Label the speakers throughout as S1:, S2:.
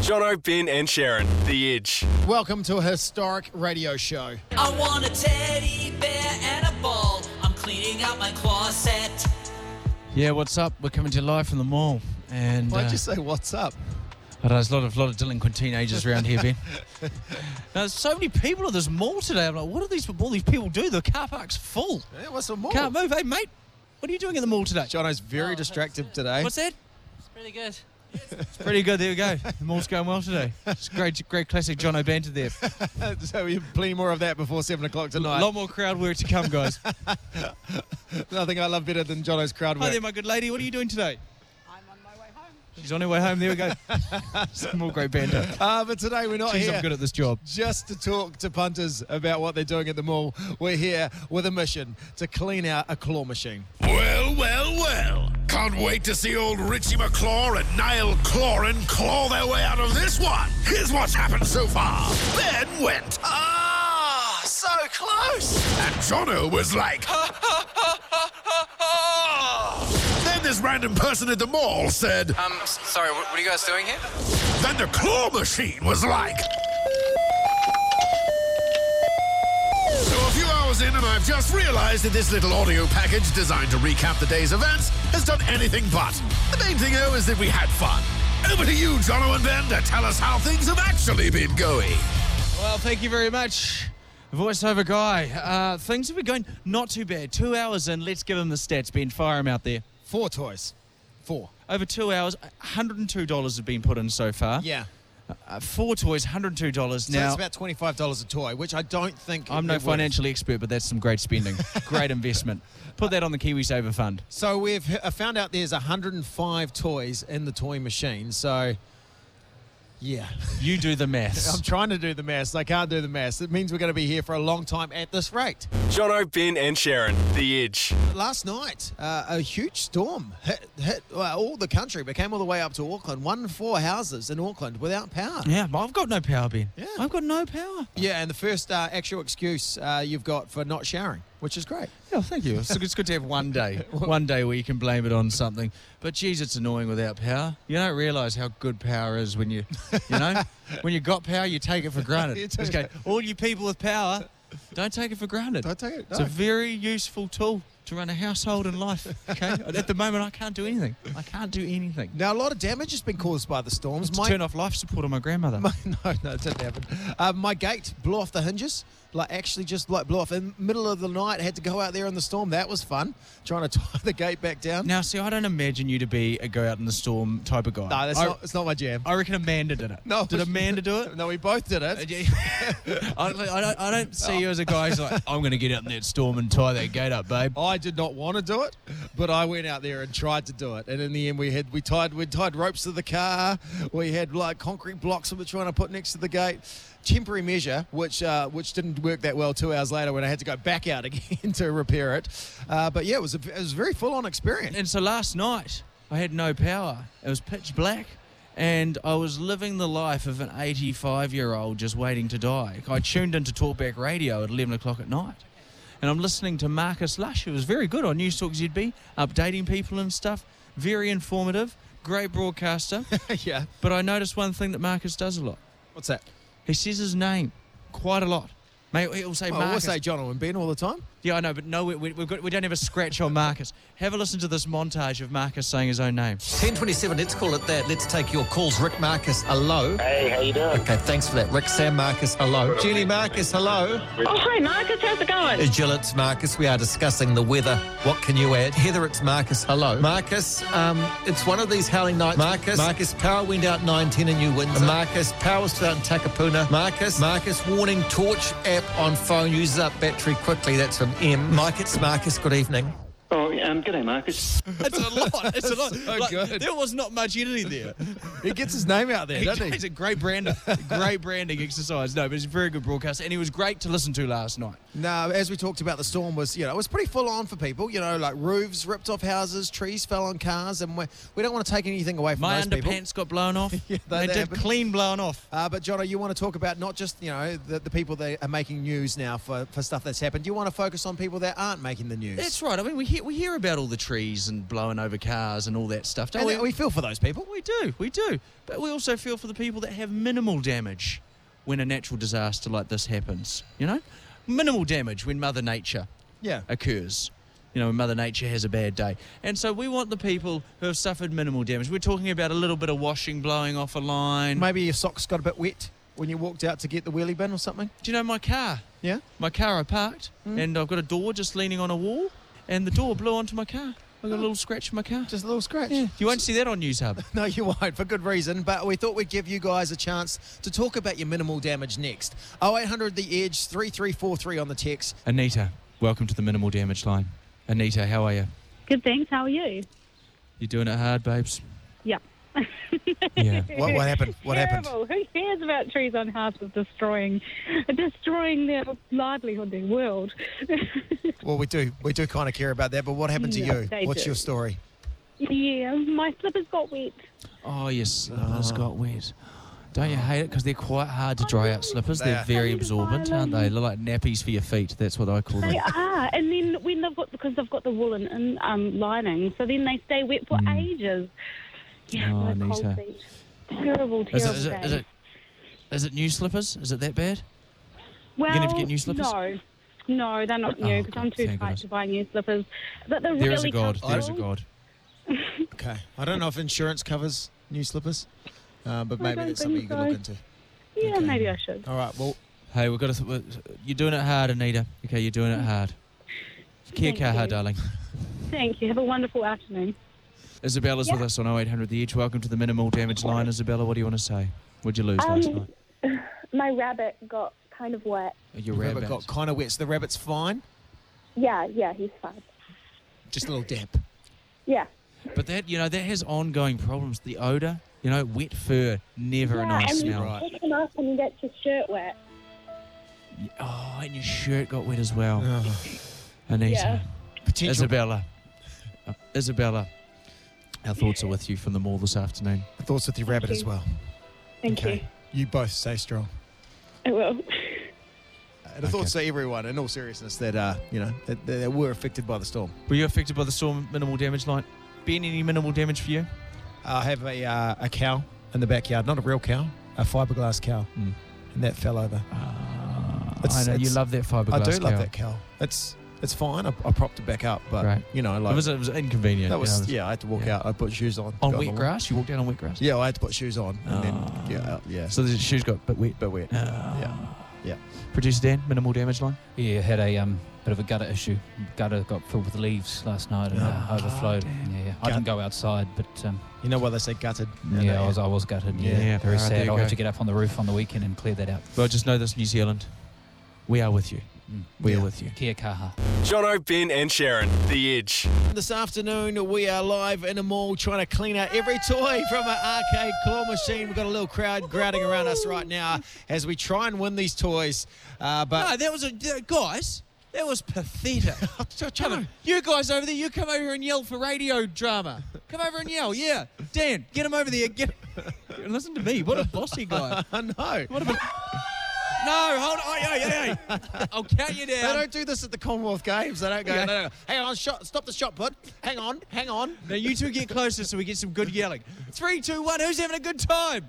S1: Jono, Ben, and Sharon, The Edge.
S2: Welcome to a historic radio show.
S3: I want a teddy bear and a ball. I'm cleaning out my closet.
S4: Yeah, what's up? We're coming to you live from the mall. And
S2: Why'd
S4: uh,
S2: you say what's up?
S4: I don't know, there's a lot of lot of delinquent teenagers around here, Ben. now, there's so many people at this mall today. I'm like, what do these all these people do? The car park's full.
S2: Yeah, what's the mall?
S4: Can't move. Hey, mate, what are you doing at the mall today?
S2: Jono's very
S5: Oh,
S2: distracted
S5: that's it.
S2: today.
S4: What's that?
S5: Really good.
S4: It's pretty good. There we go. The mall's going well today. It's great, great classic John O'Banter there.
S2: Uh, so we have plenty more of that before seven o'clock
S4: A
S2: tonight.
S4: lot more crowd work to come, guys.
S2: Nothing I love better than Jono's crowd
S4: Hi
S2: work.
S4: there, my good lady. What are you doing today?
S5: I'm on my way home.
S4: She's on her way home. There we go. Some more great banter.
S2: Uh, but today we're not
S4: Jeez,
S2: here
S4: I'm good at this job.
S2: just to talk to punters about what they're doing at the mall. We're here with a mission to clean out a claw machine.
S6: Well, well, well. Can't wait to see old Richie McClaw and Niall Cloran claw their way out of this one. Here's what's happened so far. Ben went, ah, so close. And Jono was like, ha, ha, ha, ha, ha, ha. Then this random person at the mall said,
S7: Um, s- sorry, what, what are you guys doing here?
S6: then the claw machine was like. So a few hours in, and I've just realized that this little audio package designed to recap the day's events has done anything but. The main thing, though, is that we had fun. Over to you, Jono and Ben, to tell us how things have actually been going.
S4: Well, thank you very much, voiceover guy. Uh, things have been going not too bad. Two hours in, let's give him the stats, Ben. Fire him out there.
S2: Four toys. Four.
S4: Over two hours, $102 have been put in so far.
S2: Yeah.
S4: Uh, four toys, $102.
S2: So
S4: now,
S2: it's about twenty-five dollars a toy, which I don't think
S4: I'm no
S2: it works.
S4: financial expert, but that's some great spending. great investment. Put that on the KiwiSaver Fund.
S2: So we've h- uh, found out there's 105 toys in the toy machine. So, yeah,
S4: You do the
S2: I'm
S4: maths.
S2: trying to do the maths. I can't do the maths. It means we're going to be here for a long time at this rate.
S1: Jono, Ben, and Sharon, The Edge.
S2: Last night, uh, a huge storm hit, hit well, all the country, but came all the way up to Auckland. One in four houses in Auckland without power.
S4: Yeah, but I've got no power, Ben.
S2: Yeah.
S4: I've got no power.
S2: Yeah, and the first uh, actual excuse uh, you've got for not showering, which is great.
S4: Yeah, thank you. It's, it's good to have one day, one day where you can blame it on something. But geez, it's annoying without power. You don't realise how good power is when you, you know, when you got power, you take it for granted.
S2: You do.
S4: Just go, all you people with power, don't take it for granted.
S2: Don't take it,
S4: It's
S2: no.
S4: a very useful tool to run a household and life. Okay. At the moment, I can't do anything. I can't do anything.
S2: Now, a lot of damage has been caused by the storms.
S4: To turn off life support on my grandmother.
S2: no, no, it didn't happen. Uh, my gate blew off the hinges, like actually just like blew off in the middle of the night. Had to go out there in the storm. That was fun, trying to tie the gate back down.
S4: now, see, I don't imagine you to be a go out in the storm type of guy.
S2: no, that's
S4: I,
S2: not. It's not my jam.
S4: I reckon Amanda did it.
S2: no,
S4: Did Amanda do it?
S2: No, we both did
S4: I,
S2: it.
S4: don't- I don't, I don't see you as a guy who's like, I'm going to get out in that storm and tie that gate up, babe.
S2: I did not want to do it, but I went out there and tried to do it. And in the end, we had we tied we tied ropes to the car. We had like concrete blocks that we were trying to put next to the gate. Temporary measure, which uh, which didn't work that well. Two hours later, when I had to go back out again to repair it. Uh, but yeah, it was a, it was a very full on experience.
S4: And so last night, I had no power. It was pitch black, and I was living the life of an 85 year old just waiting to die. I tuned into Talkback Radio at 11 o'clock at night. And I'm listening to Marcus Lush, who was very good on News Talk ZB, updating people and stuff. Very informative, great broadcaster.
S2: yeah,
S4: but I noticed one thing that Marcus does a lot.
S2: what's that?
S4: He says his name quite a lot. Mate, he'll say
S2: Well, I
S4: Marcus.
S2: say John and Ben all the time.
S4: Yeah, I know, but no, we, we, we've got, we don't have a scratch on Marcus. Have a listen to this montage of Marcus saying his own name.
S8: 1027, let's call it that. Let's take your calls. Rick Marcus, hello.
S9: Hey, how you doing?
S8: Okay, thanks for that. Rick Sam Marcus, hello. Jenny Marcus, hello.
S10: Oh, hi, Marcus. How's it going?
S8: Jill, it's Marcus. We are discussing the weather. What can you add? Heather, it's Marcus, hello. Marcus, um, it's one of these howling nights. Marcus, Marcus, power went out 910 in New Windsor. Marcus, power was out in Takapuna. Marcus, Marcus, warning torch app on phone. Uses up battery quickly. That's from M. Mike, it's Marcus. Good evening.
S9: Oh, um, g'day, Marcus.
S4: It's a lot. It's a lot.
S2: So
S4: Like,
S2: good.
S4: There was not much energy there.
S2: He gets his name out there, doesn't
S4: It's
S2: he?
S4: a great branding, great branding exercise. No, but it's a very good broadcast, and he was great to listen to last night.
S2: No, as we talked about, the storm was, you know, it was pretty full on for people. You know, like roofs ripped off houses, trees fell on cars, and we, we don't want to take anything away from
S4: My
S2: those
S4: underpants
S2: people.
S4: got blown off.
S2: Yeah, that-
S4: they
S2: that
S4: did
S2: happened.
S4: clean blown off.
S2: Uh, but Jono, you want to talk about not just you know the, the people that are making news now for, for stuff that's happened. You want to focus on people that aren't making the news.
S4: That's right. I mean, we hear, we hear care about all the trees and blowing over cars and all that stuff, don't
S2: And
S4: we?
S2: we, we feel for those people.
S4: We do, we do. But we also feel for the people that have minimal damage when a natural disaster like this happens, you know? Minimal damage when Mother Nature
S2: Yeah.
S4: occurs. You know, when Mother Nature has a bad day. And so we want the people who have suffered minimal damage. We're talking about a little bit of washing blowing off a line.
S2: Maybe your socks got a bit wet when you walked out to get the wheelie bin or something.
S4: Do you know my car?
S2: Yeah.
S4: My car I parked, and I've got a door just leaning on a wall, and the door blew onto my car. I got a little scratch in my car.
S2: Just a little scratch.
S4: yeah. You won't see that on News Hub.
S2: No, you won't, for good reason. But we thought we'd give you guys a chance to talk about your minimal damage next. 0800 The Edge, 3343 on the text.
S4: Anita, welcome to the Minimal Damage Line. Anita, how are you?
S10: Good thanks. How are you?
S4: You doing it hard, babes?
S10: Yeah.
S4: Yeah.
S2: What, what happened? What happened?
S10: Terrible. Who cares about trees on houses destroying, destroying their livelihood, their world?
S2: Well, we do. We do kind of care about that. But what happened to
S10: Yeah,
S2: you?
S10: they
S2: What's
S10: do.
S2: your story?
S10: yeah, my slippers got wet.
S4: Oh, your slippers got wet. Don't you hate it? Because they're quite hard to dry out slippers.
S2: They
S4: They're
S2: are.
S4: very
S10: They are
S4: absorbent, aren't they? They're like nappies for your feet. That's what I call them.
S10: They are, and then when they've got because they've got the woolen and um, lining, so then they stay wet for ages. Yeah,
S4: Hmm. Oh,
S10: my cold
S4: Anita.
S10: feet. Terrible, terrible.
S4: Is it, is, it, is,
S10: day.
S4: it, is it new slippers? Is it that bad?
S10: Well,
S4: gonna have to get new slippers?
S10: No, no, they're not
S4: Oh,
S10: new because I'm
S4: God,
S10: too
S4: thank
S10: tight
S4: goodness.
S10: to buy new slippers. But they're
S4: There
S10: really
S4: is a God. There is a
S10: comfortable.
S4: God.
S2: Okay. I don't know if insurance covers new slippers, uh, but
S10: I
S2: maybe
S10: don't
S2: that's something you
S10: think
S2: can look
S10: so.
S2: into.
S10: Yeah,
S2: Okay.
S10: maybe I should.
S2: All right. Well,
S4: Hey, we've got to. Th- you're doing it hard, Anita. Okay, you're doing it hard. Kia
S10: Mm. Thank
S4: kaha,
S10: you.
S4: darling.
S10: Thank you. Have a wonderful afternoon.
S4: Isabella's with us on 0800 The Edge. Welcome to the Minimal Damage Line. Isabella, what do you want to say? What'd you lose last
S10: Um,
S4: night?
S11: My rabbit got kind of wet.
S4: Your
S2: the rabbit,
S4: rabbit.
S2: got kind of wet. So the rabbit's fine.
S11: Yeah, yeah, he's fine.
S2: Just a little damp.
S11: Yeah.
S4: But that, you know, that has ongoing problems. The odour, you know, wet fur, never a
S11: yeah,
S4: nice
S11: and
S4: smell.
S2: Right.
S11: you pick him up and he gets his shirt wet.
S4: Oh, and your shirt got wet as well.
S2: Ugh.
S4: Anita.
S11: Yeah.
S2: Potential.
S4: Isabella. Uh, Isabella. Our thoughts are with you from the mall this afternoon.
S2: Thoughts with your rabbit as well.
S11: Thank
S2: okay. You. both stay strong.
S11: you. I will.
S2: And the thoughts to everyone, in all seriousness, that uh, you know that, that were affected by the storm.
S4: Were you affected by the storm minimal damage line? Been any minimal damage for you?
S2: I have a, uh, a cow in the backyard, not a real cow, a fiberglass cow,
S4: Mm.
S2: and that fell over.
S4: I
S2: It's-
S4: know you
S2: it's-
S4: love that fiberglass.
S2: I do love
S4: cow.
S2: that cow. It's it's fine. I, I propped it back up, but
S4: Right.
S2: you know, like
S4: It was, it was inconvenient.
S2: that
S4: you
S2: was
S4: know, it
S2: yeah. I had to walk
S4: yeah.
S2: out. I put shoes on.
S4: On
S2: got
S4: wet
S2: my-
S4: grass? You walked down on wet grass?
S2: Yeah, I had to put shoes on, and then yeah,
S4: Oh.
S2: uh, yeah.
S4: So the shoes got a bit wet. Ah.
S2: bit wet. yeah, yeah.
S4: Producer Dan, minimal damage line?
S12: Yeah, had a um, bit of a gutter issue. Gutter got filled with leaves last night and uh,
S4: Oh,
S12: overflowed.
S4: damn.
S12: yeah, yeah. I
S2: Gut-
S12: didn't go outside, but um,
S2: You know why they say gutted?
S12: yeah,
S2: And they-
S12: I was I was gutted. Yeah,
S4: Yeah,
S12: very
S4: alright, there
S12: sad.
S4: you
S12: I'll
S4: go.
S12: have to get up on the roof on the weekend and clear that out.
S4: Well, just know this, New Zealand. We are with you.
S12: Mm.
S4: We
S2: Yeah.
S4: are with you.
S12: Kia kaha.
S1: Jono, Ben, and Sharon, The Edge.
S2: This afternoon, we are live in a mall trying to clean out every toy from an arcade claw machine. We've got a little crowd crowding around us right now as we try and win these toys. Uh, but
S4: No, that was a that- guys. That was pathetic. come on, you guys over there. You come over here and yell for radio drama. Come over and yell. Yeah, Dan, get him over there. Get. Listen to me. What a bossy guy.
S2: I know.
S4: What a. no, hold on. Hey, hey, hey. I'll count you
S2: They
S4: down.
S2: don't do this at the Commonwealth Games. They don't go.
S4: Yeah.
S2: "No, no, no. Hang on, shot, stop the shot put. Hang on, hang on.
S4: Now you two get closer so we get some good yelling. Three, two, one. Who's having a good time?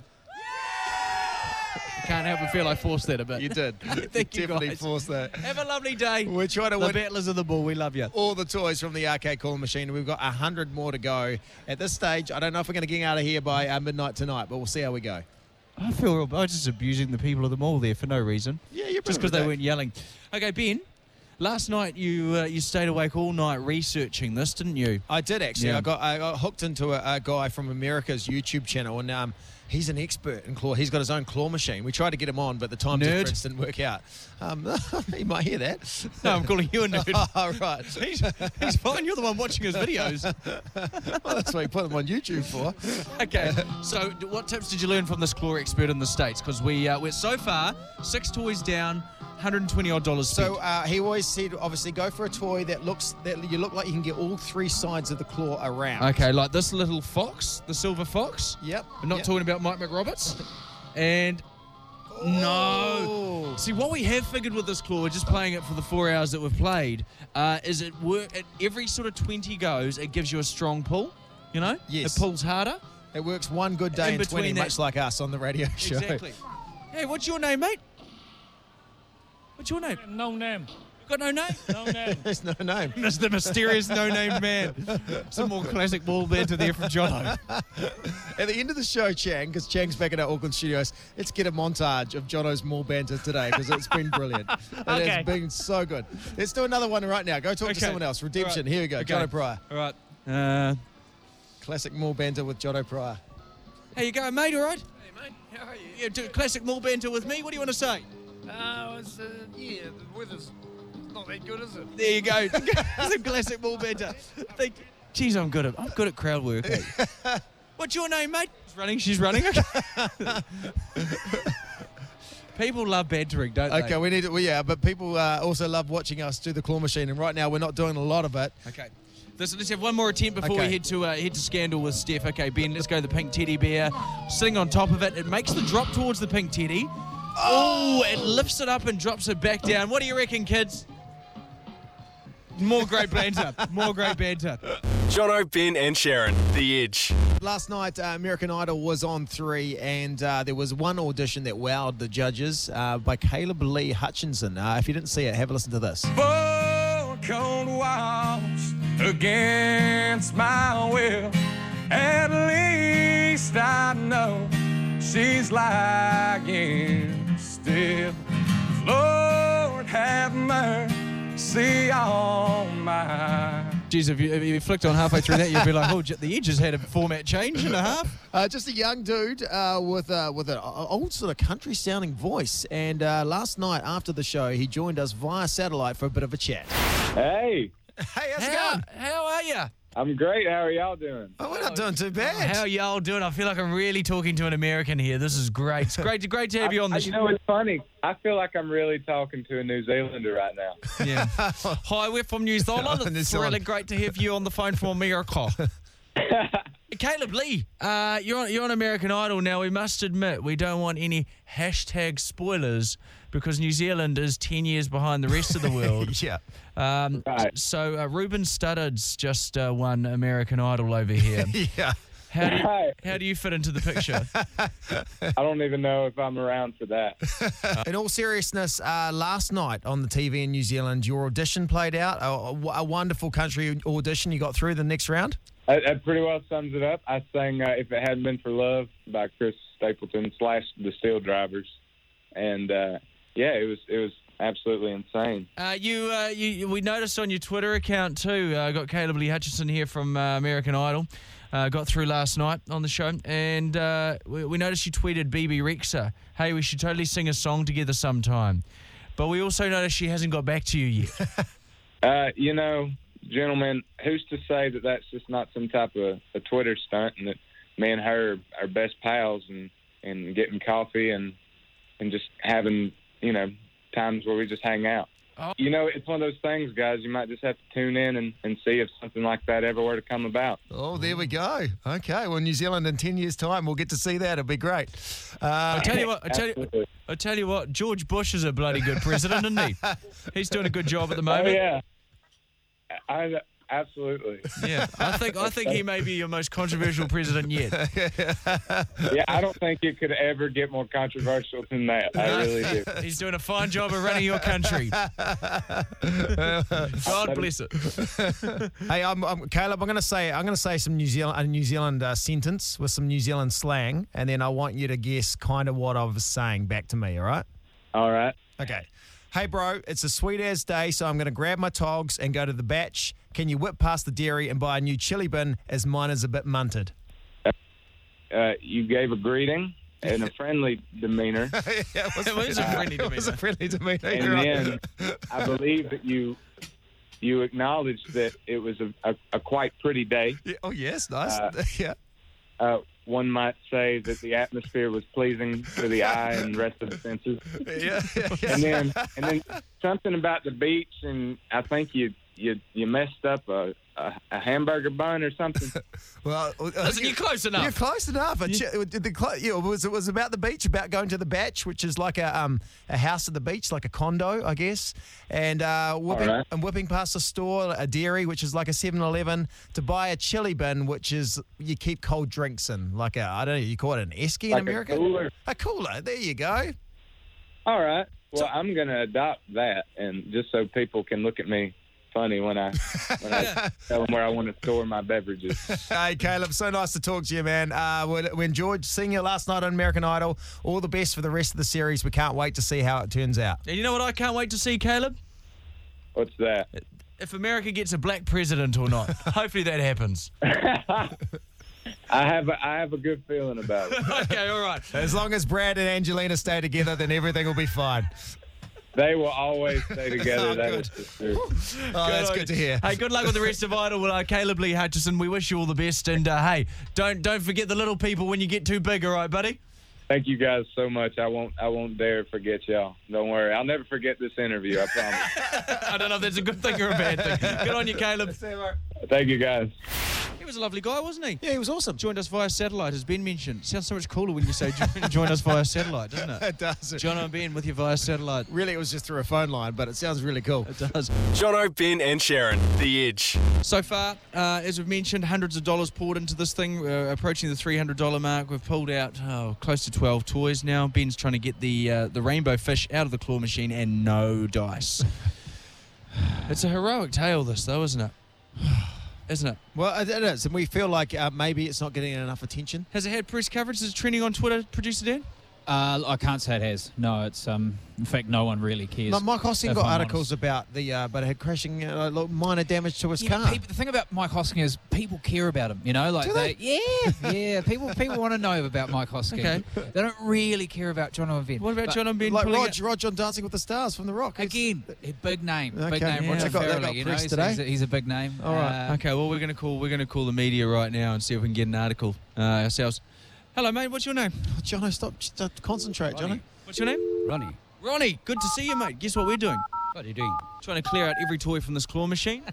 S4: Can't help but feel I forced that a bit.
S2: You did.
S4: Thank you,
S2: definitely
S4: guys.
S2: forced that.
S4: Have a lovely day.
S2: We're trying to
S4: the
S2: win
S4: battlers of the ball. We love you.
S2: all the toys from the arcade call machine. We've got hundred more to go. At this stage, I don't know if we're going to get out of here by uh, midnight tonight, but we'll see how we go.
S4: I feel real, I was just abusing the people of the mall there for no reason.
S2: Yeah, you're
S4: just because they weren't yelling. Okay, Ben. Last night you uh, you stayed awake all night researching this, didn't you?
S2: I did actually.
S4: Yeah.
S2: I got I got hooked into a, a guy from America's YouTube channel, and um, he's an expert in claw. He's got his own claw machine. We tried to get him on, but the time
S4: Nerd.
S2: difference didn't work out. Um, he might hear that.
S4: No, I'm calling you a nerd.
S2: All right.
S4: he's, he's fine. You're the one watching his videos.
S2: Well, that's what you put them on YouTube for.
S4: Okay. So, d- what tips did you learn from this claw expert in the states? Because we uh, we're so far six toys down, 120 odd dollars.
S2: So
S4: spent.
S2: uh, he always said, obviously, go for a toy that looks that you look like you can get all three sides of the claw around.
S4: okay, like this little fox, the silver fox.
S2: uh, Yep.
S4: We're not
S2: yep.
S4: talking about Mike McRoberts. And No.
S2: Oh.
S4: See, what we have figured with this claw, just playing it for the four hours that we've played, uh, is it work at every sort of 20 goes, it gives you a strong pull, you know? Yes. It pulls harder.
S2: It works one good day in, 20, much like us on the radio show.
S4: Exactly. Hey, what's your name, mate? What's your name?
S13: No name.
S4: Got no name?
S13: No name.
S2: There's no name.
S4: Mr. Mysterious No Name Man. Some more classic ball banter there from Jono.
S2: At the end of the show, Chang, because Chang's back at our Auckland studios, let's get a montage of Jono's more banter today because it's been brilliant. It
S4: Okay.
S2: has been so good. Let's do another one right now. Go talk to
S4: Okay.
S2: someone else. Redemption.
S4: All right.
S2: Here we go.
S4: Okay.
S2: Jono Pryor.
S4: All right. Uh,
S2: Classic more banter with Jono Pryor.
S4: How you going, mate? All right? Hey, mate. How are you? Yeah, do classic mall banter with me. What do you want to say?
S13: Oh, it's, uh, yeah, the weather's not that good, is it?
S4: There you go. Some classic mall banter. Thank Jeez, I'm good at I'm good at crowd work. mate. What's your name, mate? She's running. She's running. People love bantering, don't they?
S2: Okay, we need it. Well, yeah, but people uh, also love watching us do the claw machine, and right now we're not doing a lot of it.
S4: Okay. Let's, let's have one more attempt before
S2: Okay.
S4: we head to uh, head to scandal with Steph. Okay, Ben, let's go. The pink teddy bear, sitting on top of it, it makes the drop towards the pink teddy. Oh, it lifts it up and drops it back down. What do you reckon, kids? More great banter. More great banter.
S1: Jono, Ben, and Sharon, The Edge.
S2: Last night, uh, American Idol was on three, and uh, there was one audition that wowed the judges uh, by Caleb Lee Hutchinson. Uh, if you didn't see it, have a listen to this.
S14: Four cold walls against my will. At least I know she's lying still. Lord have mercy on my.
S4: Jeez, if you, if you flicked on halfway through that, you'd be like, oh, j- the Edge has had a format change and a half.
S2: Uh, just a young dude uh, with uh, with an o- old sort of country sounding voice. And uh, last night after the show, he joined us via satellite for a bit of a chat.
S15: Hey,
S2: Hey, how's
S4: it going? How are you?
S15: I'm great. How are y'all doing?
S2: Oh, we're not doing too bad.
S4: How y'all doing? I feel like I'm really talking to an American here. This is great. It's great, great to have you on the
S15: I,
S4: show.
S15: you know, it's funny. I feel like I'm really talking to a New Zealander right now.
S4: Yeah. Hi, we're from New Zealand.
S15: New
S4: It's
S15: Zealand.
S4: really great to have you on the phone from America. Caleb Lee, uh, you're on, you're on American Idol now. We must admit we don't want any hashtag spoilers because New Zealand is ten years behind the rest of the world.
S2: yeah.
S4: Um, So uh, Ruben Studdard's just uh, won American Idol over here.
S2: yeah.
S4: How do, you, how do you fit into the picture?
S15: I don't even know if I'm around for that.
S2: In all seriousness, uh, last night on the TV in New Zealand, your audition played out. A, a w- a wonderful country audition. You got through the next round.
S15: That, that pretty well sums it up. I sang uh, "If It Hadn't Been for Love" by Chris Stapleton slash The Steel Drivers, and uh, yeah, it was it was absolutely insane.
S4: Uh, you, uh, you, you- we noticed on your Twitter account too. Uh, got Caleb Lee Hutchinson here from uh, American Idol. Uh, got through last night on the show, and uh, we, we noticed you tweeted BB Rexa, "Hey, we should totally sing a song together sometime." But we also noticed she hasn't got back to you yet.
S15: Uh, you know, gentlemen, who's to say that that's just not some type of a Twitter stunt and that me and her are best pals and, and getting coffee and and just having, you know, times where we just hang out. You know, it's one of those things, guys. You might just have to tune in and, and see if something like that ever were to come about.
S2: Oh, there we go. Okay, well, New Zealand in 10 years' time, we'll get to see that. It'll be great. Uh,
S4: I tell you what, I tell you, I tell you what, George Bush is a bloody good president, isn't he? He's doing a good job at the moment.
S15: Oh, yeah. I, absolutely.
S4: Yeah, I think I think he may be your most controversial president yet.
S15: yeah, I don't think it could ever get more controversial than that. I really do.
S4: He's doing a fine job of running your country. God bless it.
S2: hey, I'm, I'm Caleb. I'm going to say I'm going to say some New Zealand a New Zealand uh, sentence with some New Zealand slang, and then I want you to guess kind of what I was saying back to me. All right?
S15: All right.
S2: Okay. Hey, bro, it's a sweet as day, so I'm going to grab my togs and go to the batch. Can you whip past the dairy and buy a new chili bin, as mine is a bit munted?
S15: Uh, you gave a greeting and a friendly demeanor.
S2: yeah, it was,
S15: was a friendly
S2: It was a friendly demeanor.
S15: and
S2: you're right.
S15: then I believe that you you acknowledged that it was a, a, a quite pretty day.
S2: oh yes, nice. yeah.
S15: Uh, one might say that the atmosphere was pleasing to the eye and rest of the senses.
S2: Yeah.
S15: And then and then something about the beach and I think you you you messed up a, a, a hamburger bun or something.
S2: well, uh,
S15: Listen, you're close enough.
S2: You're close enough. A chi- did the clo- yeah, it was it was about the beach, about going to the batch, which is like a um, a house at the beach, like a condo, I guess. And uh, whipping
S15: right.
S2: and whipping past a store, a dairy, which is like a 7-Eleven, to buy a chili bin, which is you keep cold drinks in, like a I don't know, you call it an esky
S15: Like a
S2: in America,
S15: cooler.
S2: A cooler. There you go.
S15: All right. Well, I'm going to adopt that, and just so people can look at me funny when I when I tell them where I want to store my beverages.
S2: hey, Caleb, so nice to talk to you, man. Uh, we, we enjoyed seeing you last night on American Idol. All the best for the rest of the series. We can't wait to see how it turns out.
S4: And you know what I can't wait to see, Caleb?
S15: What's that?
S4: If America gets a black president or not. Hopefully that happens.
S15: I have a, I have a good feeling about it.
S4: okay, all right.
S2: As long as Brad and Angelina stay together, then everything will be fine.
S15: They will always stay together. that is for sure.
S2: Oh, that's
S4: on
S2: good to
S4: you.
S2: hear.
S4: Hey, good luck with the rest of Idol. Well, uh, Caleb Lee Hutchison, we wish you all the best. And uh, hey, don't don't forget the little people when you get too big, all right, buddy?
S15: Thank you guys so much. I won't I won't dare forget y'all. Don't worry. I'll never forget this interview. I promise.
S4: I don't know if that's a good thing or a bad thing. Good on you, Caleb.
S15: Thank you guys.
S4: He was a lovely guy, wasn't he? Yeah, he was awesome. Joined us via satellite, as Ben mentioned. Sounds so much cooler when you say join, join us via satellite, doesn't it?
S2: It does.
S4: John and Ben with you via satellite.
S2: Really, it was just through a phone line, but it sounds really cool.
S4: It does.
S1: Jono, Ben, and Sharon, The Edge.
S4: So far, uh, as we've mentioned, hundreds of dollars poured into this thing. We're approaching the $300 mark. We've pulled out oh, close to 12 toys now. Ben's trying to get the uh, the rainbow fish out of the claw machine and no dice. it's a heroic tale, this, though, isn't it? Isn't it?
S2: Well, it it is, and we feel like uh, maybe it's not getting enough attention.
S4: Has it had press coverage? Is it trending on Twitter, producer Dan?
S12: Uh, I can't say it has. No, it's um. In fact, no one really cares.
S2: Now, Mike Hosking
S12: if
S2: got
S12: I'm
S2: articles about the, uh, but it had crashing, uh, like, minor damage to his
S12: Yeah,
S2: car.
S12: peop- the thing about Mike Hosking is people care about him. You know, like
S2: Do
S12: they? yeah, yeah. People people want to know about Mike Hosking.
S2: Okay.
S12: They don't really care about John O'Vin.
S4: What about John O'Vin?
S2: Like Rog, Rog on Dancing with the Stars from The Rock.
S12: Again, a big name, big
S2: Okay,
S12: name.
S2: yeah.
S12: Roger
S2: They got- they
S12: Farrelly,
S2: got
S12: you know,
S2: press
S12: he's,
S2: today.
S12: he's a, he's a big name.
S2: All right.
S12: Uh,
S4: okay. Well, we're gonna call we're gonna call the media right now and see if we can get an article uh, ourselves. Hello, mate. What's your name?
S2: Oh, Jono, stop, stop concentrate, Jono.
S4: What's your name? Ronnie. Ronnie. Good to see you, mate. Guess what we're doing?
S12: What are you doing?
S4: Trying to clear out every toy from this claw machine.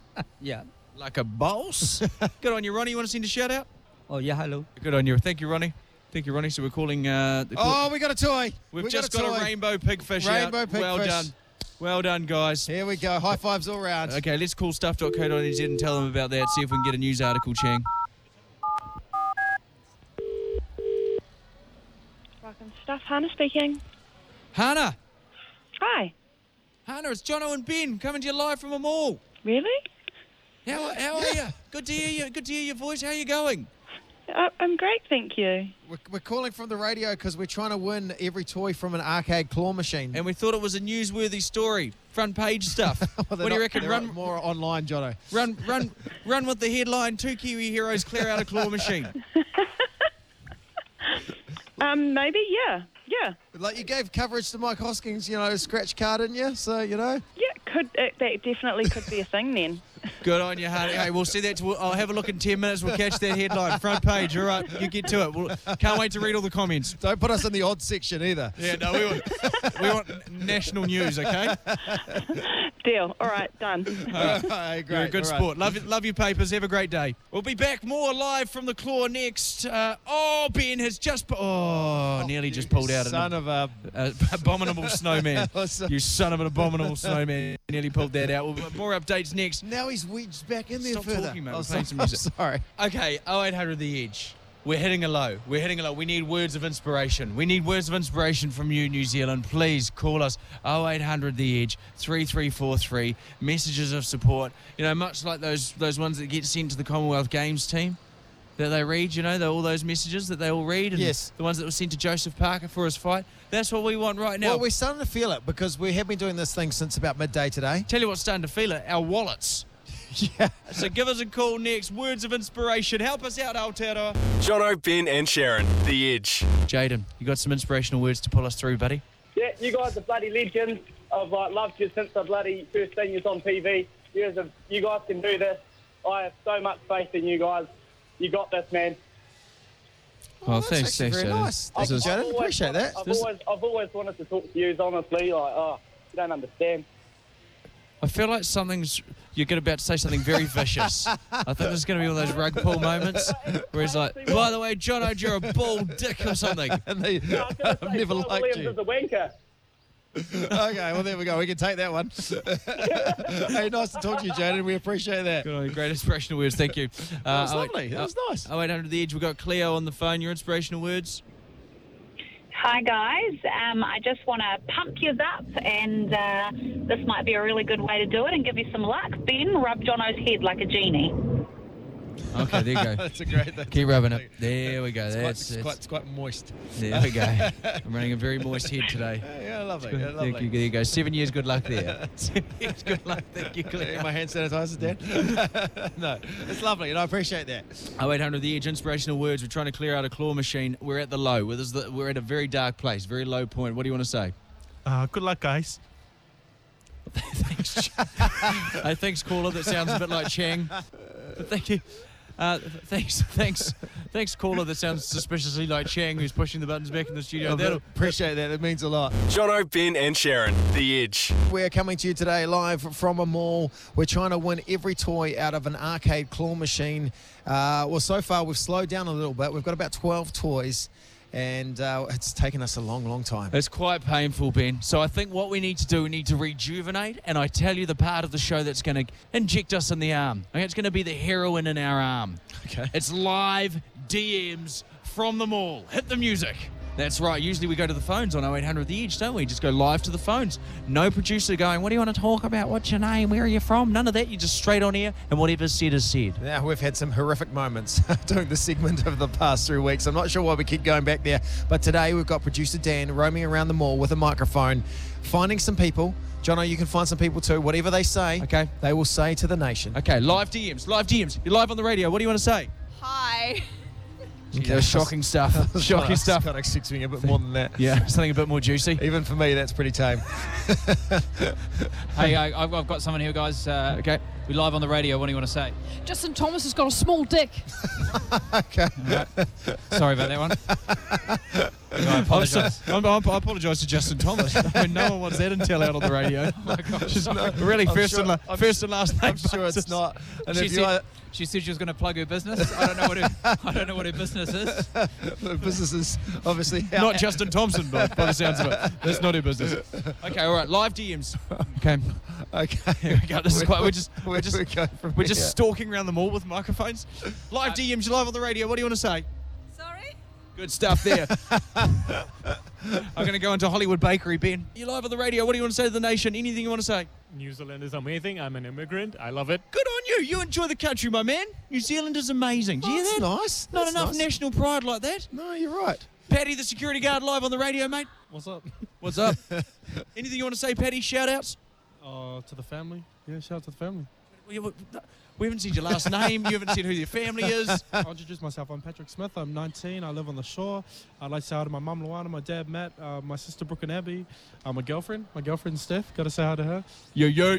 S16: Yeah.
S4: Like a boss. Good on you, Ronnie. You want to send a shout out?
S16: Oh, yeah, hello.
S4: Good on you. Thank you, Ronnie. Thank you, Ronnie. So we're calling. Uh, the
S2: Oh, we got a toy.
S4: We've
S2: We
S4: just
S2: got
S4: got
S2: a
S4: a,
S2: toy.
S4: rainbow pigfish out.
S2: Rainbow pigfish.
S4: Well done. Well done, guys.
S2: Here we go. High fives all round.
S4: Okay, let's call stuff.co.nz and tell them about that. See if we can get a news article, Chang.
S11: Welcome, stuff. Hannah speaking.
S4: Hannah.
S11: Hi.
S4: Hannah, it's Jono and Ben coming to you live from a mall.
S11: Really?
S4: How, how are you? Good to hear you. Good to hear your voice. How are you going?
S11: I- I'm great, thank you.
S2: We're, we're calling from the radio because we're trying to win every toy from an arcade claw machine.
S4: And we thought it was a newsworthy story, front page stuff.
S2: Well,
S4: what
S2: they're
S4: do you
S2: not-
S4: reckon?
S2: they're
S4: Run,
S2: more online, Jono.
S4: run, run, run with the headline: Two Kiwi heroes clear out a claw machine.
S11: Um, maybe, yeah, yeah,
S2: Like you gave coverage to Mike Hoskins, you know, scratch card, didn't you? So you know.
S11: yeah. Could it, that definitely could be a thing then?
S4: Good on you, honey. Hey, we'll see that. To, I'll have a look in ten minutes. We'll catch that headline, front page. All right, you get to it. We'll, can't wait to read all the comments.
S2: Don't put us in the odd section either.
S4: Yeah, no, we want, we want national news. Okay.
S11: Deal. All right, done.
S2: Hey,
S4: You're a
S2: great,
S4: good
S2: all right.
S4: sport. Love, love your papers. Have a great day. We'll be back more live from the claw next. Uh, oh, Ben has just. pu- Oh, nearly just pulled out.
S2: son
S4: an,
S2: of a.
S4: uh, abominable snowman.
S2: That was so-
S4: you son of an abominable snowman. Nearly pulled that out. We'll- More updates next.
S2: Now he's wedged back in there
S4: Stop
S2: further.
S4: talking, mate.
S2: Oh,
S4: We're
S2: so-
S4: playing some music.
S2: I'm sorry.
S4: Okay, 0800 The Edge. We're hitting a low. We're hitting a low. We need words of inspiration. We need words of inspiration from you, New Zealand. Please call us 0800 The Edge 3343. Messages of support. You know, much like those those ones that get sent to the Commonwealth Games team that they read, you know, the, all those messages that they all read. And
S2: Yes.
S4: The ones that were sent to Joseph Parker for his fight. That's what we want right now.
S2: Well, we're starting to feel it because we have been doing this thing since about midday today.
S4: Tell you what's starting to feel it, our wallets.
S2: Yeah.
S4: So give us a call next. Words of inspiration. Help us out, Aotearoa.
S1: Jono, Ben, and Sharon, The Edge.
S4: Jaden, you got some inspirational words to pull us through, buddy?
S2: Oh,
S17: Yeah, you guys are bloody legends. I've uh, loved you since the bloody first thing you was on TV. You guys, have, you guys can do this. I have so much faith in you guys. You got this, man.
S4: Oh,
S2: that's thanks, actually thanks, very Jaden. nice. Thanks, Jaden.
S17: always
S2: Appreciate
S17: wanted-
S2: that.
S17: I've
S2: This-
S17: always, I've always wanted to talk to you, honestly. Like, oh, you don't understand.
S4: I feel like something's. You're going to about to say something very vicious. I think there's going to be one of those rug pull moments where he's like, by the way, John O'D, you're a ball dick or something.
S2: and they, I've never liked you. okay, well there we go. We can take that one. hey, nice to talk to you, Jaden. We appreciate that.
S4: Good on you. Great inspirational words. Thank you. Uh,
S2: That was
S4: oh,
S2: lovely. That was nice.
S4: Oh, wait, under the edge, we've got Cleo on the phone. Your inspirational words?
S16: Hi, guys. Um, I just want to pump you up, and uh, this might be a really good way to do it and give you some luck. Ben, rub Jono's head like a genie.
S4: Okay, there you go.
S2: that's a great. That's
S4: Keep rubbing it. There we go.
S2: It's, quite,
S4: That's
S2: it's
S4: it.
S2: quite, it's quite moist.
S4: There we go. I'm running a very moist head today.
S2: yeah, lovely.
S4: Good.
S2: Yeah, lovely.
S4: Thank you. There you go. Seven years. Good luck there. Seven years. Good luck. Thank you, Cleo.
S2: My hand sanitizer, Dan. no, it's lovely, and I appreciate that.
S4: 0800 Oh, The Edge, inspirational words. We're trying to clear out a claw machine. We're at the low. We're, this is the, we're at a very dark place, very low point. What do you want to say?
S18: Uh, good luck, guys.
S4: Hey, thanks, caller. That sounds a bit like Chang. But thank you. Uh, th- thanks, thanks, thanks, caller. That sounds suspiciously like Chang, who's pushing the buttons back in the
S2: I
S4: studio. That'll,
S2: appreciate that. That means a lot.
S1: Jono, Ben, and Sharon, The Edge.
S2: We're coming to you today live from a mall. We're trying to win every toy out of an arcade claw machine. Uh, well, so far we've slowed down a little bit. We've got about 12 toys, and uh, it's taken us a long, long time.
S4: It's quite painful, Ben. So I think what we need to do, we need to rejuvenate. And I tell you the part of the show that's going to inject us in the arm. Okay, it's going to be the heroin in our arm. Okay. It's live DMs from them all. Hit the music. That's right. Usually we go to the phones on 0800 The Edge, don't we? Just go live to the phones. No producer going, what do you want to talk about? What's your name? Where are you from? None of that. You're just straight on air and whatever's said is said.
S2: Now, we've had some horrific moments during the segment over the past three weeks. I'm not sure why we keep going back there, but today we've got producer Dan roaming around the mall with a microphone, finding some people. Jono, you can find some people too. Whatever they say, okay, they will say to the nation.
S4: Okay, live DMs, live DMs. You're live on the radio. What do you want to say?
S19: Hi.
S4: Gee, that was shocking stuff. shocking stuff.
S2: God, expecting a bit more than that.
S4: Yeah, something a bit more juicy.
S2: Even for me, that's pretty tame.
S12: Hey, I, I've, I've got someone here, guys. Uh, okay. We're live on the radio. What do you want to say?
S19: Justin Thomas has got a small dick.
S2: okay.
S12: Sorry about that one. I apologise.
S4: I'm, I'm, I apologise to Justin Thomas. I mean, no one wants that until out on the radio. Oh my gosh, really,
S12: I'm
S4: first
S12: sure-
S4: and la-
S12: I'm
S4: first and last. name
S12: I'm sure it's
S4: Francis.
S12: not. she, said, she said she was going to plug her business. I don't know what her, I don't know what her business is.
S2: The business is obviously
S4: not Justin Thompson, but by the sounds of it, that's not her business. Okay, all right, live DMs. Okay,
S2: okay,
S4: here we go. This is quite. We're just we're just
S2: we go
S4: we're,
S2: from
S4: just
S2: here?
S4: stalking around the mall with microphones. Live DMs, you're live on the radio. What do you want to say?
S19: Sorry?
S4: Good stuff there. I'm going to go into Hollywood Bakery, Ben. You're live on the radio. What do you want to say to the nation? Anything you want to say?
S20: New Zealand is amazing. I'm an immigrant. I love it.
S4: Good on you. You enjoy the country, my man. New Zealand is amazing. Do you hear
S20: Oh, That's nice.
S4: that? Not
S20: That's
S4: enough
S20: nice.
S4: national pride like that.
S2: No, you're right.
S4: Patty, the security guard, live on the radio, mate.
S20: What's up?
S4: What's up? Anything you want to say, Patty? Shout outs?
S20: Uh, to the family. Yeah, shout out to the family.
S4: We, we- we haven't said your last name. You haven't said who your family is.
S20: I'll introduce myself. I'm Patrick Smith. I'm 19. I live on the shore. I'd like to say hi to my mum, Luana, my dad, Matt, uh, my sister, Brooke and Abby, uh, my girlfriend, my girlfriend, Steph. Got to say hi to her.
S4: Yo, yo.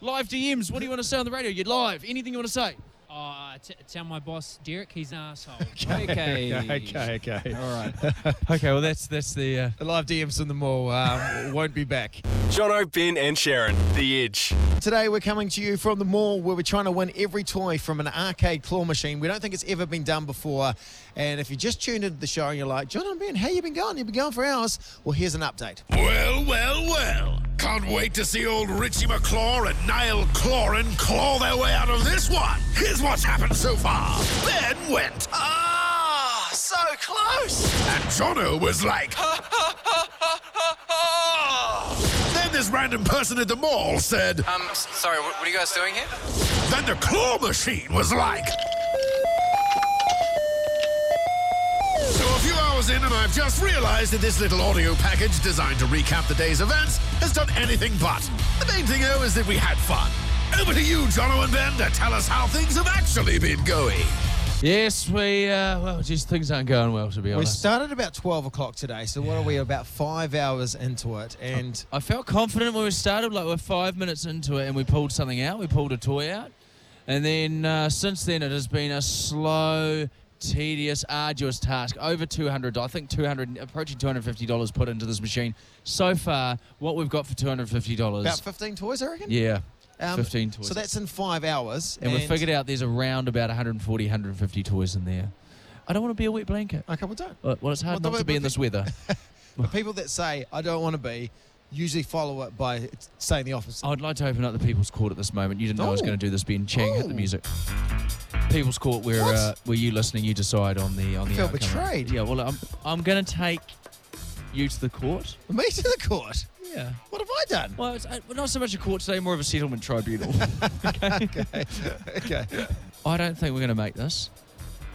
S4: Live DMs. What do you want to say on the radio? You're live. Anything you want to say?
S21: Uh, t- tell my boss Derek he's an asshole.
S2: okay, okay.
S4: All right. okay, well that's that's the, uh...
S2: the live DMs in the mall um, won't be back.
S1: Jono, Ben, and Sharon, The Edge.
S2: Today we're coming to you from the mall where we're trying to win every toy from an arcade claw machine. We don't think it's ever been done before. And if you just tuned into the show and you're like, John and Ben, how you been going? You've been going for hours. Well, here's an update.
S6: Well, well, well. Can't wait to see old Richie McClaw and Niall Cloran claw their way out of this one. Here's what's happened so far. Ben went, ah, so close. And Jono was like, ha, ha, ha, ha, ha, ha. Then this random person at the mall said,
S7: Um, s- sorry, what, what are you guys doing here?
S6: then the claw machine was like. So a few hours in, and I've just realized that this little audio package designed to recap the day's events has done anything but. The main thing, though, is that we had fun. Over to you, Jono and Ben, to tell us how things have actually been going.
S4: Yes, we uh, well, just things aren't going well to be
S2: We
S4: honest.
S2: started about 12 o'clock today, so what are we, about five hours into it? And
S4: I felt confident when we started, like we're five minutes into it, and we pulled something out. We pulled a toy out, and then uh, since then it has been a slow tedious, arduous task. Over 200, I think 200, approaching 250 dollars put into this machine. So far, what we've got for 250
S2: About
S4: dollars,
S2: 15 toys, I reckon?
S4: yeah,
S2: Um,
S4: 15 toys.
S2: So that's in five hours.
S4: and, we figured out there's around about 140, 150 toys in there. I don't want to be a wet blanket.
S2: Okay, well, don't.
S4: Well, it's hard
S2: Well,
S4: not to
S2: don't-
S4: be in this weather.
S2: But people that say, I don't want to be, usually follow it by saying the opposite.
S4: I'd like to open up the People's Court at this moment. You didn't know I was
S2: Oh.
S4: going to do this, Ben. Chang, hit the music. People's Court, where
S2: What?
S4: uh, where you listening, you decide on the on the.
S2: I feel
S4: outcome.
S2: betrayed.
S4: Yeah, well, I'm I'm going to take you to the court.
S2: Me to the court?
S4: Yeah.
S2: What have I done?
S4: Well, it's uh, not so much a court today, more of a settlement tribunal.
S2: okay. okay.
S4: I don't think we're going to make this.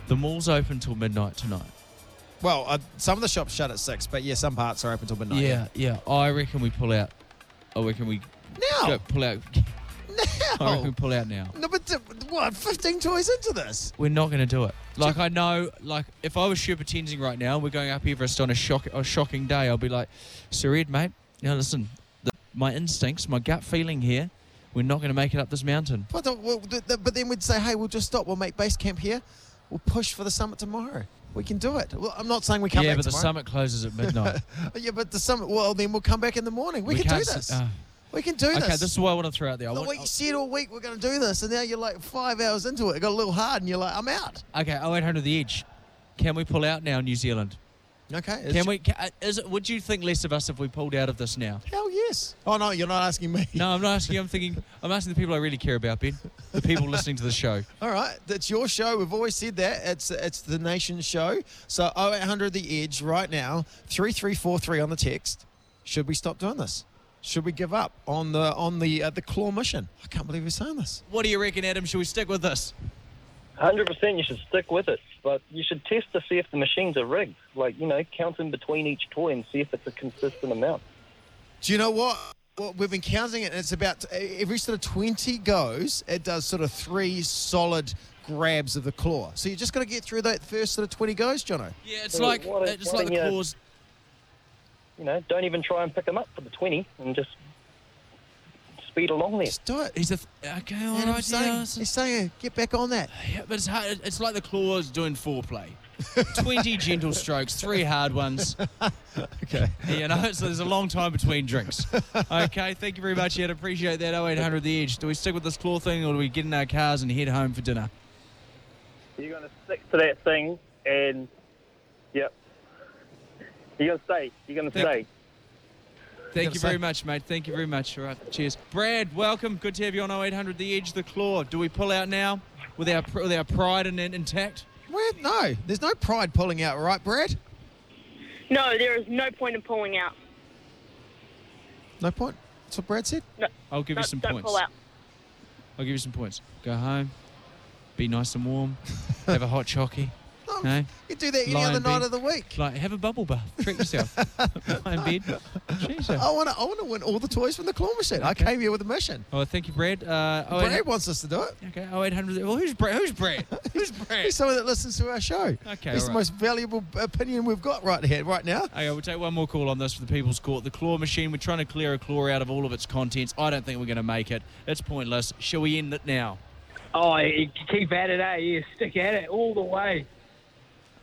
S4: The mall's open till midnight tonight.
S2: Well, uh, some of the shops shut at six, but yeah, some parts are open till midnight.
S4: yeah, yeah, I reckon we pull out. I reckon we
S2: Now?
S4: go pull out. I reckon we pull out now.
S2: No, but uh, what? 15 toys into this?
S4: We're not going to do it. Like I know, like if I was Sherpa Tenzing right now, we're going up Everest on a shock, a shocking day. I'll be like, Sir Ed, mate. Now listen, the, my instincts, my gut feeling here, we're not going to make it up this mountain.
S2: But, the, well, the, the, but then we'd say, hey, we'll just stop. We'll make base camp here. We'll push for the summit tomorrow. We can do it. Well, I'm not saying we come
S4: yeah,
S2: back
S4: but the
S2: tomorrow.
S4: summit closes at midnight.
S2: yeah, but the summit. Well, then we'll come back in the morning. We, can do
S4: can't s-
S2: this.
S4: uh,
S2: we can do this.
S4: okay, this is what I want to throw out there. I
S2: Look,
S4: want-
S2: what you said all week, we're going to do this, and now you're like five hours into it. It got a little hard, and you're like, I'm out.
S4: Okay, 0800 the edge. Can we pull out now, New Zealand?
S2: Okay.
S4: Can we? Can, uh, is it, would you think less of us if we pulled out of this now?
S2: Hell yes. Oh no, you're not asking me.
S4: No, I'm not asking. you, I'm thinking. I'm asking the people I really care about, Ben. The people listening to the show.
S2: All right, that's your show. We've always said that. It's it's the nation's show. So 0800 The Edge right now, 3343 on the text. Should we stop doing this? Should we give up on the on the uh, the claw mission? I can't believe we're saying this.
S4: What do you reckon, Adam? Should we stick with this?
S18: 100% you should stick with it, but you should test to see if the machines are rigged. Like, you know, count in between each toy and see if it's a consistent amount.
S2: Do you know what? Well, we've been counting it, and it's about e-, every sort of 20 goes, it does sort of three solid grabs of the claw. So you just got to get through that first sort of 20 goes, Jono.
S4: Yeah, uh,
S18: it's like- it's like the claws- You know, don't even try and pick them up for the 20 and just speed along there.
S2: Just do it.
S4: He's a th- uh, okay, all
S2: You know what I'm
S4: right.
S2: saying?
S4: Yeah,
S2: He's saying, get back on that.
S4: yeah, but it's hard. It's like the claws doing foreplay. Twenty gentle strokes, three hard ones.
S2: Okay.
S4: You know, so there's a long time between drinks. Okay, thank you very much, Ed. Appreciate that. 0800 the edge. Do we stick with this claw thing, or do we get in our cars and head home for dinner?
S9: You're going to stick to that thing, and yep. You're going to stay. You're going to
S4: Yep.
S9: stay.
S4: Thank
S9: Gotta
S4: you very
S9: say-
S4: much, mate. Thank you very much. All right, cheers. Brad, welcome. Good to have you on 0800 The Edge, The Claw. Do we pull out now with our pr- with our pride in, in, intact?
S2: Well, no, there's no pride pulling out, right, Brad?
S22: No, there is no point in pulling out.
S2: No point. That's what Brad said.
S22: No,
S4: I'll give you
S22: don't-
S4: some
S22: don't
S4: points.
S22: pull out.
S4: I'll give you some points. Go home, be nice and warm, have a hot chockey. no?
S2: "Oh, You do that any
S4: Lie
S2: other
S4: in
S2: night
S4: bed.
S2: of the week.
S4: Like, have a bubble bath. Treat yourself. Lie in bed. Treat yourself.
S2: I want to. I want to win all the toys from the claw machine. I came here with a mission.
S4: Oh, thank you, Brad. Uh,
S2: Brad wants us to do it.
S4: Okay, 0800. Well, who's Brad? Who's Brad? Who's Brad?
S2: He's someone that listens to our show.
S4: Okay,
S2: He's the
S4: alright.
S2: most valuable opinion we've got right here, right now.
S4: Okay, we'll take one more call on this for the People's Court. The claw machine, we're trying to clear a claw out of all of its contents. I don't think we're going to make it. It's pointless. Shall we end it now?
S23: Oh, you keep at it, eh? Yeah, stick at it all the way.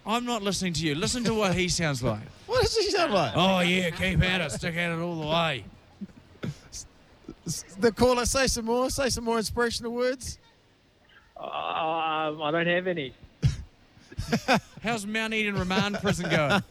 S4: I'm not listening to you. Listen to what he sounds like.
S2: What does he sound like?
S4: Oh, yeah, keep at it. Stick at it all the way.
S2: The caller, say some more. Say some more inspirational words.
S23: Um, I don't have any.
S4: How's Mount Eden Remand prison going?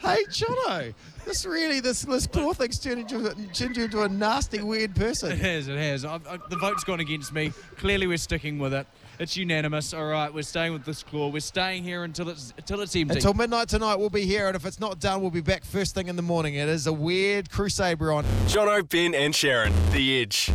S2: Hey, Jono, this really this this claw thing's turned into turned you into a nasty, weird
S4: It
S2: person.
S4: has, it has. I've, I've, the vote's gone against me. Clearly, we're sticking with it. It's unanimous. All right, we're staying with this claw. We're staying here until it's until it's empty.
S2: Until midnight tonight, we'll be here, and if it's not done, we'll be back first thing in the morning. It is a weird crusade we're on.
S1: Jono, Ben, and Sharon. The Edge.